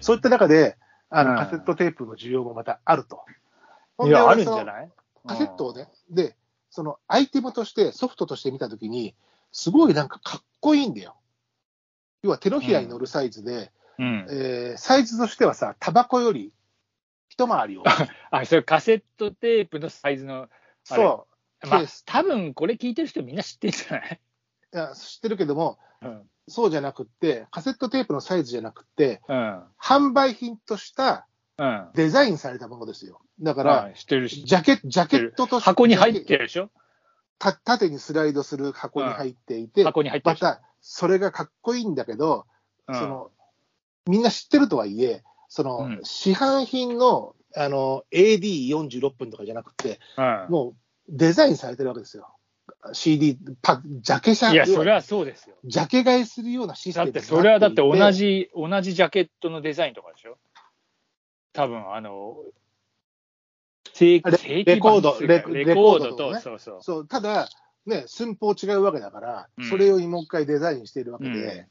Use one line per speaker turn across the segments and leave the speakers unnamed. そういった中で、あ
うん
の、カセットテープの需要もまたあると。
いや、あるんじ
な
ゃ
い
ない
カセットをね、で、そのアイテムとして、ソフトとして見たときに、すごいなんかかっこいいんだよ。要は手のひらに乗るサイズで、
うん。うん
えーサイズとしてはさ、タバコより一回り大きい。
あ、それカセットテープのサイズの、あれ
そ
まあ
ケース、
多分これ聞いてる人みんな知ってるんじゃないう
いや。知ってるけども、
うん。
そうじゃなくって、カセットテープのサイズじゃなくって、
うん。
販売品とした
うん。
デザインされたものですよ。だから、
うん知ってるし、
ジャケジャケットとして
箱に入ってるでしょ
た縦にスライドする箱に入っていて、
箱に入って
ま
るでしょ
たそれがかっこいいんだけど、
うん
そのみんな知ってるとはいえ、その
うん
市販品のあの AD46 分とかじゃなくて、
うん
もうデザインされてるわけですよ。CD、パジャケシャ
いや、それ
は
はそうですよ。
ジャケ買いするようなシステ
だっ
ム
て、それはだって同
になていて。
じ、同じジャケットのデザインとかでしょ多分、あの、正
レ
正規版っていうか
レコードレ
レコード
レコードと
と、
ね
そうそう。
そうただ、ね、寸法違うわけだから
うん、
それをもう一回デザインしているわけで、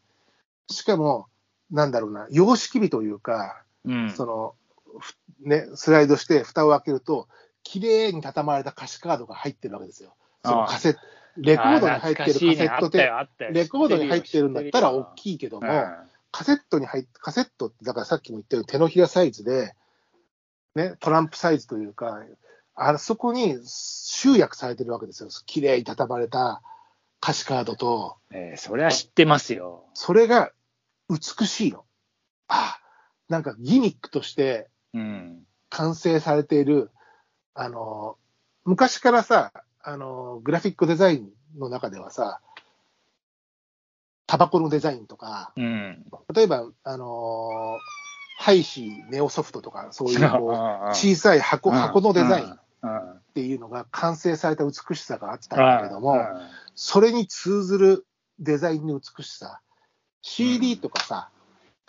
う
しかも、なんだろうな、様式美というか、
うん
その、ふね、スライドして蓋を開けると、綺麗に畳まれた歌詞カードが入ってるわけですよ。そのカセット、レコードに入ってるカセットテープ、レコードに入ってるんだったら大
い
きいけど
と
も、カセットに入って、カセットって、だからさっきも言ったように手のひらサイズで、ね、トランプサイズというか、あそこに集約されてるわけですよ。綺麗に畳まれた歌詞カードと、
えーそれは知ってますよ。
それが美しいの。ああ、なんかギミックとして
うん。
完成されている、あの、昔からさ、あの、グラフィックデザインの中ではさ、タバコのデザインとか、
うん。
例えば、あの、ハイシーネオソフトとか、そういう こう
ー
小さい箱箱のデザインっ
ン
ていうのが完成された美しさがあったんだけれども、
うん
それに通ずるデザインの美しさ、CD とかさ、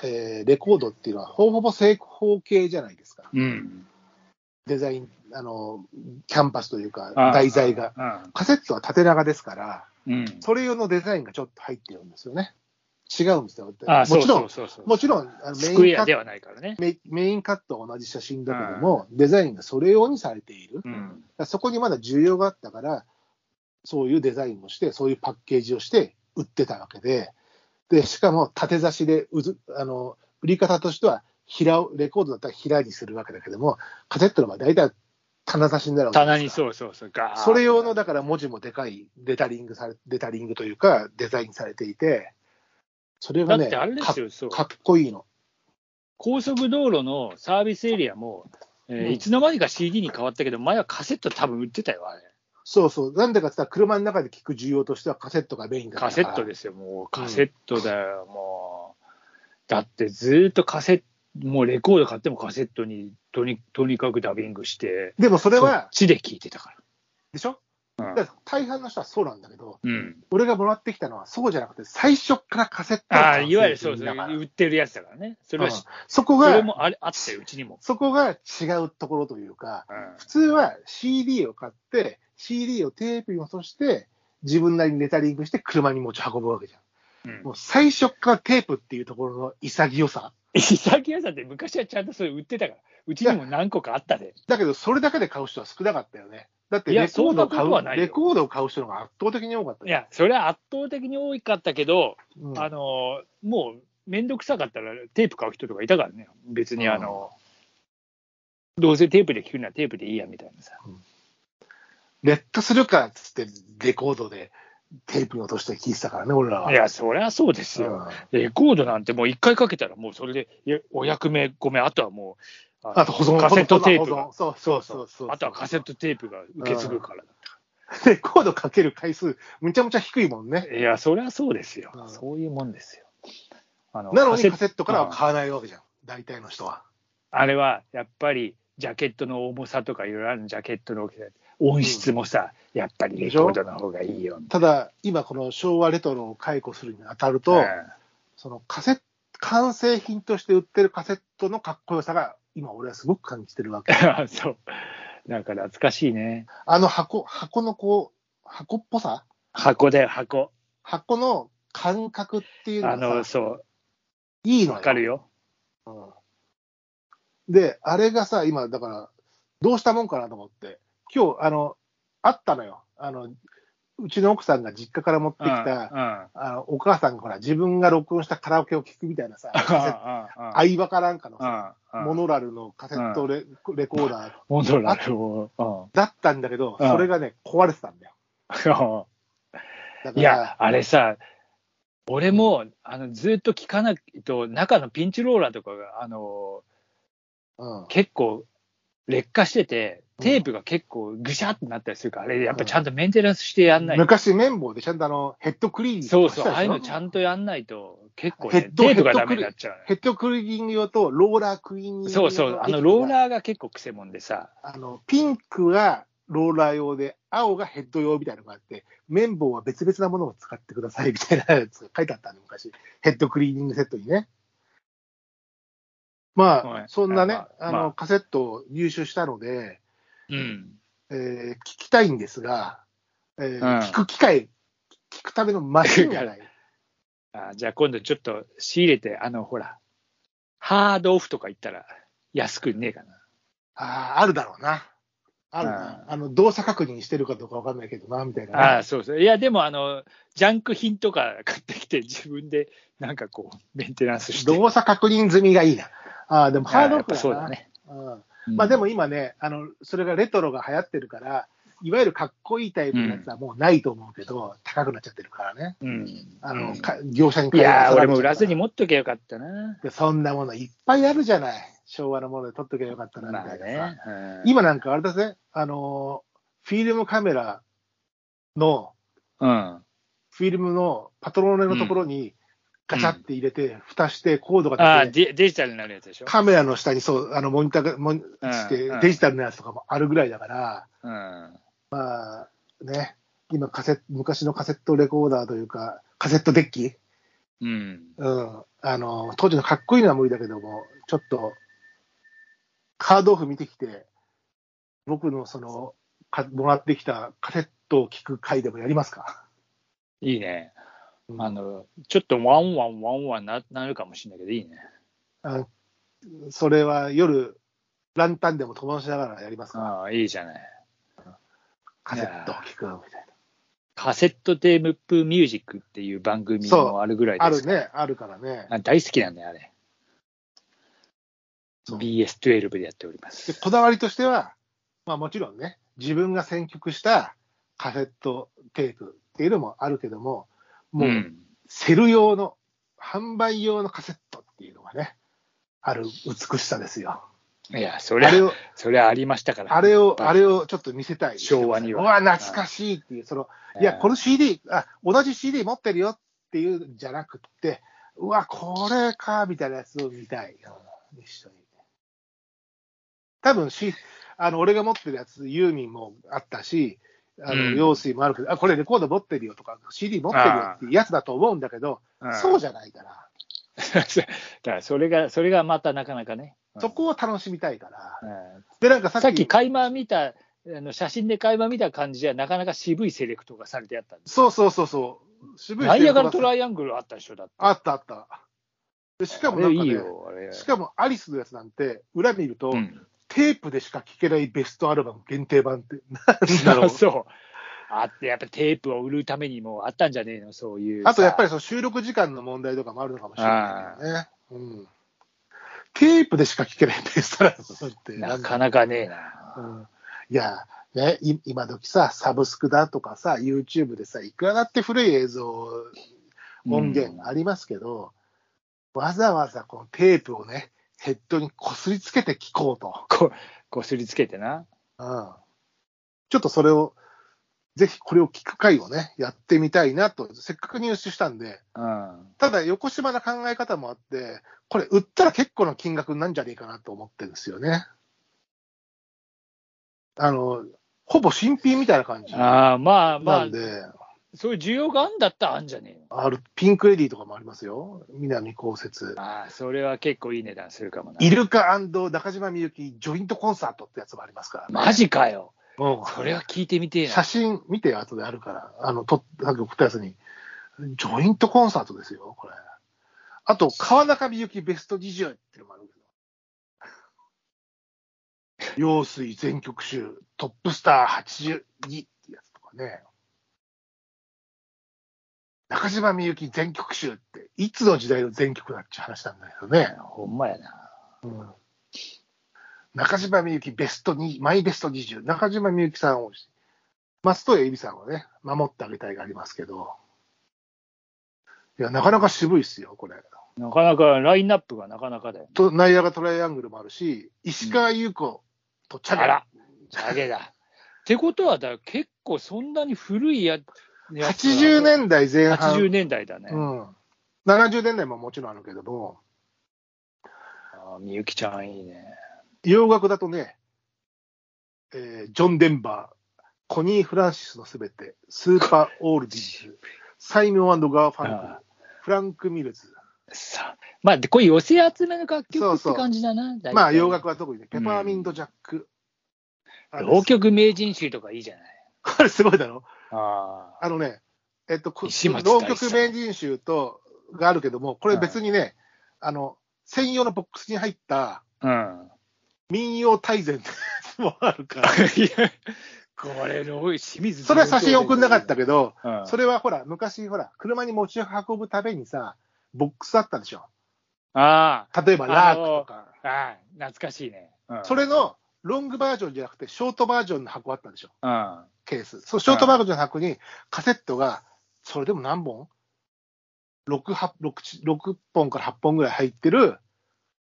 えーレコードっていうのは、ほぼほぼ正方形じゃないですか。
うん。
デザイン、あの、キャンパスというか、
あー
題材が。カセットは縦長ですから、
うん。うん
それ用のデザインがちょっと入ってるんですよね。違うんですよ。もち
あーそう
ろ
そ
ん
う、そうそう
もちろん、あの
スク
メイン
エ
カ
ア
ッ
で
ト
はないからね。
メイメインカットは同じ写真だけども、デザインがそれ用にされている。だ
う
か
ん。
らそこにまだ需要があったから、そういうデザインをして、そういうパッケージをして売ってたわけで、で、しかも縦差しでうず、あの、売り方としては、平を、レコードだったら平にするわけだけども、カセットの場合、大体棚差しになるわけですから
棚にそうそうそう。ガーッ
それ用の、だから文字もでかい、デタリングされ、デタリングというか、デザインされていて、それ
だ
が
っ
ね、
てあれで
か
すよ、そう。
かっこいいの。
高速道路のサービスエリアも、えー
うん
いつの間にか CD に変わったけど、前はカセット多分売ってたよ、あれ。
そうそう。なんでかって言ったら、車の中で聞く需要としてはカセットがメインだった
カ
か
セ
ら。
ットですよ、もうカセットだよ、もう。だってずーっとカセット、もうレコード買ってもカセットにとにとにかくダビングして、
でもそれ
そっ
は、
ちで聴いてたか
でしょ
ら。うん
だから大半の人はそうなんだけど、
うん、
俺がもらってきたのはそうじゃなくて、最初からカセット
ああ、いわゆるそうそう、
だから
売ってるやつだからね。それはし、
そこ
それ
が、
もあれあったよ、うちにも。
そこが違うところというか、
うん
普通は CD を買って、CD をテープに落として、自分なりにレタリングして車に持ち運ぶわけじゃん。
うん
も う最初からテープっていうところの潔さ。
潔屋さんって昔はちゃんとそれ売ってたから、うちにも何個かあったで。
だけど、それだけで買う人は少なかったよね。だって
いや
レコードを
そんな
買
ことはな
う、
いよ
レコードを買う人の方が圧倒的に多かった
い
よ。
や、それは圧倒的に多かったけど、
うん
あのもうめんどくさかったらテープ買う人とかいたからね、別にあの、どうせテープで聞くならテープでいいやみたいなさ。
ネットするかっつって、レコードでテープに落として聞いてたからね、俺らは。
いや、そりゃそうです
うん
よ。レコードなんてもう一回かけたら、もうそれでいやお役目、ごめん、あとはもう、の
あと保存
カセットテープ
保存保
が
存。そうそうそうそう。
あとはカセットテープが受け継ぐからだったか
レコードかける回数、むちゃむちゃ低いもんね。
ら。いや、そりゃそうですよ
う。ん
そういうもんですよ。あの
なのに
カ
カ
セ
セ
ッ
ッ
ト
トか
か
らら
は
は
買
買わないわけじゃん、大体の人は。
あれはやっぱりジャケットの重さとかいろいろあるジャケットの大きさ音質もさ、やっぱりレコードの方がいいよみ
ただ、今、この昭和レトロを解雇するにあたると、
たいな
そのカセット、完成品として売ってるカセットのかっこよさが、今、俺はすごく感じてるわけ。
うん そうなんか懐かしいね
あの箱、箱のこう、箱っぽさ
箱だよ箱
箱の感覚っていう
あ
のが
の
さ
そう
いいのよ。
わかるよ
うんで、あれがさ、今、だから、どうしたもんかなと思って、今日、あの、あったのよ。あの、うちの奥さんが実家から持ってきた、
た。
あの、お母さんがほら、自分が録音したカラオケを聴くみたいなさ、カセット
あ
相葉かなんかのさ、
い
モノラルのカセットレレコーダー
モノラルを。うん
だったんだけど、
うん
それがね、壊れてたんだよ。だか
いや
ら、、
あれさ、俺もあのずっと聞かないと、中のピンチローラーとかがあの
うん、
結構劣化してて、
うん
テープが結構ぐしゃってなったりするから、あれやっぱちゃんとメンテナンスしてやんないと、
昔、綿棒でちゃんとあのヘッドクリーニング
そう
とかし
そう、
た
ああ
で
い
し
う
ょ
のちゃんとやんないと、結構
ヘ
ね、
ッ
テ
ド
ープがダメになっちゃうね。
ヘッドクリーニング用とローラークリーニング用
そうそう、あのロー
ー
ラーが結構くせもんでさ、
あのピンクがローラー用で、青がヘッド用みたいなのがあって、綿棒は別々なものを使ってくださいみたいなやつが 書いてあったんで、昔。ヘッドクリーニングセットにね。
は
まあ
い、
そんなね、
まあ
あ
まあ
の、カセットを入手したので、
うん、
えー聞きたいんですが、えー
ん
聞く機会、聞くためのマシンが ない。
あじゃあ今度ちょっと仕入れて、あのほら、ハードオフとか行ったら安くねえかな。
ああ、あるだろうな。あるな。あの、動作確認してるかどうかわかんないけどな、みたいなね、
ああ、そうそう。いや、でも、あの、ジャンク品とか買ってきて、自分で、なんかこう、メンテナンスして。
動作確認済みがいいな。ああ、でも
ああ
ハードオ
やっ
フ
ぱ
だな。
そうだね。
うん
うん
まあでも、今ね、あの、それがレトロが流行ってるから、いわゆるかっこいいタイプのやつはもうないと思うけど、高くなっちゃってるからね。
うん。
あ
う
の、
ん
か業者に
い
え
やー、
下がっちゃう
俺
から
も売らずに持っときゃよかったな。
でそんなものいっぱいあるじゃない。昭和のもので撮っときゃよかったな、み
ま
た
あ
いなさ。
ね。うん、
今なんかあれだぜ、あのー、フィルムカメラの、
うん。
フィルムのパトローネのところにガチャって入れて、蓋してコードが
ああ、
出て、
デデジタルになるやつでしょ。
カメラの下にそう、あの、モニターが、モニして
うんうん
デジタルのやつとかもあるぐらいだから、
うん。
まあ、ね、今カセット、昔のカセットレコーダーというか、カセットデッキ
うん。
うん。あの、当時のかっこいいのは無理だけども、ちょっと、カードオフ見てきて、僕のその、かもらってきたカセットを聞く回でもやりますか
いいね。あの、ちょっとワンワンワンワンななるかもしれないけど、いいね。
あそれは夜、ランタンでも灯しながらやりますか、
ああ、いいじゃない。
カセットを聞くみたい
カセットテームプミュージックっていう番組もあるぐらい
な。あ
で
る
すから
ね、あるからね。
あ大好きなんだよ、あれ。
そう
BS12 でやっておりま。
ですこだわりとしては、まあ、もちろんね、自分が選曲したカセットテープっていうのもあるけども、もうう、セル用の、販売用のカセットっていうのがね、ある美しさですよ。
いや、そ
あ
れ
れ
は、
を、
それはありましたから。
あれを、
はい
あれをちょっと見せたい。
昭和には
うわ、懐かしいっていう、その、いや、この CD、あ、同じ CD 持ってるよっていうんじゃなくって、うわ、これか、みたいなやつを見たい。うん一緒に。多分し、あの、俺が持ってるやつ、ユーミンもあったし、あの、
うん
用水もあるけど、あ、これレコード持ってるよとか、CD 持ってるよっていうやつだと思うんだけど、そうじゃないから、
ゃ だから、それが、それがまたなかなかね。うん
そこを楽しみたいから。
うん
で、なんかさ
さ
っ
っき
き、
垣間見た、あの写真で垣間見た感じじゃ、なかなか渋いセレクトがされてあったんです。
そうそうそうそう、渋い
ナイアガラト
イ。
ライアングルあったでしょ、だって。
あったあった。でしかも
あ
な
れ
んか、
い
ね
い、よ、あれ。
しかもアリスのやつなんて、裏見ると、
うん
テープでしか聴けないベストアルバム限定版 って、なんだろう。
そう。あって、やっぱテープを売るためにもあったんじゃねえの、そういうさ。
あとやっぱりその収録時間の問題とかもあるのかもしれないけどね。うん、テープでしか聴けないベストアルバムって
なか
ん
なかねえな。
だろううんいや、ね、い今時さ、サブスクだとかさ、YouTube でさ、いくらだって古い映像、音源ありますけど、わざわざこのテープをね、ヘッドにこすりつけて聴こうと。
ここすりつけてな。
うんちょっとそれを、ぜひこれを聞く回をね、やってみたいなと、せっかく入手したんで、
うん。
ただ横島な考え方もあって、これ売ったら結構な金額になるんじゃねえかなと思ってるんですよね。あの、ほぼ新品みたいな感じな
ああ、まあまあ
ん、で、
そういう需要があんだったらあんじゃねえ
あ、るピンクエディとかもありますよ。南高雪
の。。ああ、それは結構いい値段するかもな。
イルカ中島みゆきジョイントコンサートってやつもありますから、
マジかよ。
うん
それは聞いてみてえな。
写真見てよ、後であるから。あの、と、さっき送ったやつに。ジョイントコンサートですよ、これ。あと、川中美幸ベスト20っていうのもあるけど。 陽水全曲集、トップスター82ってやつとかね。中島みゆき全曲集って、いつの時代の全曲だっていう話なんだけどね。
ほんまやな。
中島みゆきベスト2、マイベスト20。中島みゆきさんを、松任谷由実さんをね、守ってあげたいがありますけど。いや、なかなか渋いっすよ、これ。
なかなか、ラインナップがなかなかだよね。
と、ナイアガトライアングルもあるし、石川優子とチャ
あ
ラ
ら、チゲだ。 ってことは、だから結構そんなに古いややつ
80年代前半。
80年代だね。
うん。70年代ももちろんあるけども、
あーみゆきちゃんいいね。
洋楽だとね、えージョン・デンバー、コニー・フランシスのすべて、スーパー・オールディーズ、サイモンガーファン
あ
ク、フランク・ミルズ。
さまあ、でこういう寄せ集めの楽曲っ
そうそ
て
う
感じだな。大体
まあ洋。楽は特にね、ペパーミント・ジャック。あれ
浪曲名人集とかいいじゃない。
これすごいだろ
あ
あのね、えっと、こ
石松大
浪
さん
曲名人集と、があるけども、これ別にね、あの、専用のボックスに入った
あ。うん。
民謡大全ってやつもある から、
いや、これ、浪清水
それは写真送んなかった
け
けど、
ど、うん
それはほら、昔ほら、車に持ち運ぶためにさ、ボックスあったでしょ。
あ
例えばラークとか。
あ、ああ、懐かしいね。うん
それ、のロングバージョンじゃなくて、ショートバージョンの箱あったでしょ、
うん。
ケース。そう、ショートバージョンの箱にカセットが、それでも何本 ?6、は六ち六本から8本ぐらい入ってる、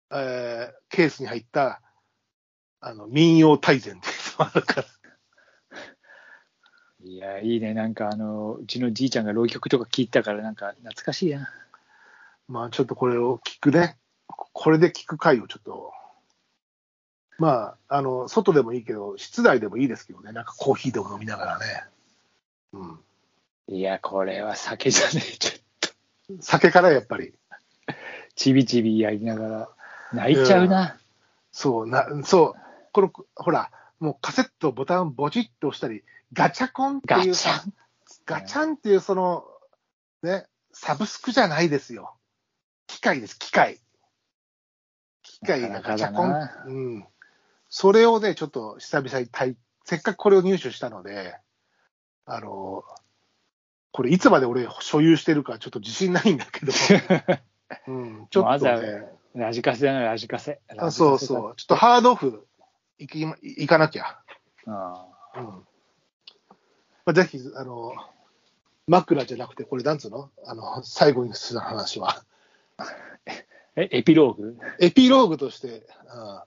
えーケースに入った、あの、民謡大全っていうのがあるから。
いや、いいね。なんか、あの、うちのじいちゃんが浪曲とか聞いたから、なんか、懐かしいな。
まあちょっとこれを聞くね、ここれで聞く回をちょっと、まあ、あの、外でもいいけど、室内でもいいですけどね、なんかコーヒーでも飲みながらね、う
いや、これは酒じゃねえ。ちょっと
ん、酒からやっぱり、
ちびちびやりながら、泣いちゃうな。
そう、なそう、この、ほら、もうカセットボタンボチッと押したり、ガチャコンって
ガ
い
チ
うさ、
ャン。
ガチャンっていうその、ね、サブスクじゃないですよ。機械です、機械。機械がガチャコ
なかなかだ
ン。うん。それをね、ちょっと久々に体、せっかくこれを入手したので、あの、これいつまで俺所有してるかちょっと自信ないんだけど、 うん、ちょっと
まず
ね、
ラジカセだな、ラジカセ。
あそうそう、ちょっとハードオフ行きま行かなきゃ。
うん。あ
うんまあ、ぜひ、あの、枕じゃなくて、これなんつうのあの、最後にする話は。
え、エピローグ
エピローグとして、あ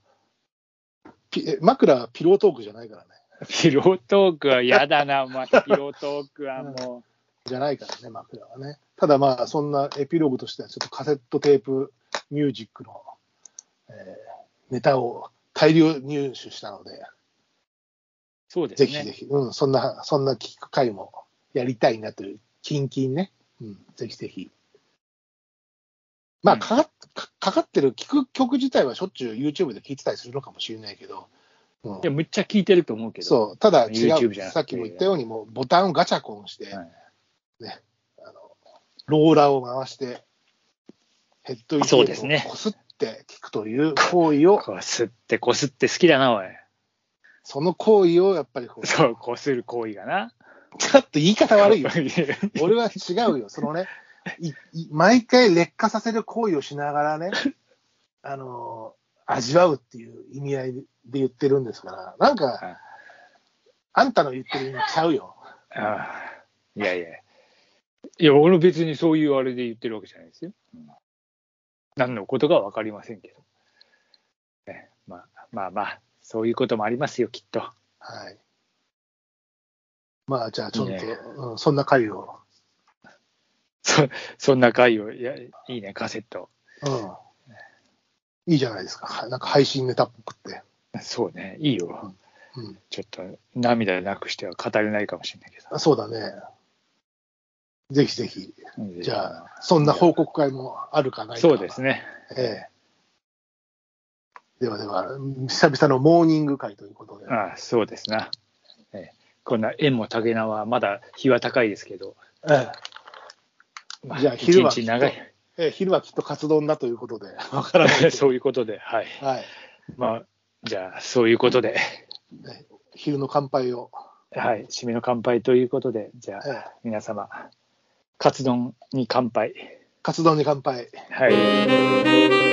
ピえ枕はピロートークじゃないからね。
ピロートークは嫌だな、お 前。ピロートークはも
じゃないからね、枕はね。ただまあ、そんなエピローグとしては、ちょっとカセットテープミュージックの、えーネタを大量入手したので、
う、そうで
ぜ
す
ひぜ
ね。
ひ、うん、そんな、そんな聞く回もやりたいなという、キンキンね。うん、ぜひぜひ。まあ、
うん
かかっかかかってる、聞く曲自体はしょっちゅう YouTube で聞いてたりするのかもしれないけど、うん
いや、むっちゃ聞いてると思うけど。
そう、ただ違
YouTube
う
じゃなくて
さっきも言ったように、もうボタンをガチャコンして、
はい
ね、あの、ローラーを回して、ヘッドイ
そうですね
こすって聞くという行為を、
こすって、こすって好きだな、おい。
その行為をやっぱりこう、 ちょ
そう、こする行為がな。
っと言い方 悪いよ。
い
俺は違うよ、そのね、いい毎回劣化させる行為をしながらね、あのー味わうっていう意味合いで言ってるんですから、なん
はい
か、あんたの言ってる意味ちゃうよ。
やいや。いや、俺別にそういうあれで言ってるわけじゃないですよ。うん何のことかわかりませんけど。ね、まあまあまあ、そういうこともありますよ、きっと。
はい。まあ、じゃあ、ちょっと、
いいね
うん、そんな回を、
そそんな回を、いや、いいね、カセット。
うん、いいじゃないですか、はなんか配信ネタっぽくって。
そうね、いいよ。
うん
ちょっと涙なくしては語れないかもしれないけ
あ、そうだね。ぜひぜひ、
ど。
じゃあ、そんな報告会もあるかないか。
そうですね。
ええ。ではでは、久々のモーニング会ということで、
ああそうですな。ええこんな縁も竹菜はまだ日は高いですけど、
え
ま
じゃあ昼は
一日長い。
えええ昼はきっとカツ丼だということで、わからないけど
そういうことで、はい。
はい。
まあ、じゃあ、そういうことで、
昼の乾杯を。
はい、締めの乾杯ということで、じゃあ、
えー
皆様、カツ丼に乾杯。
カツ丼に乾杯。
はい。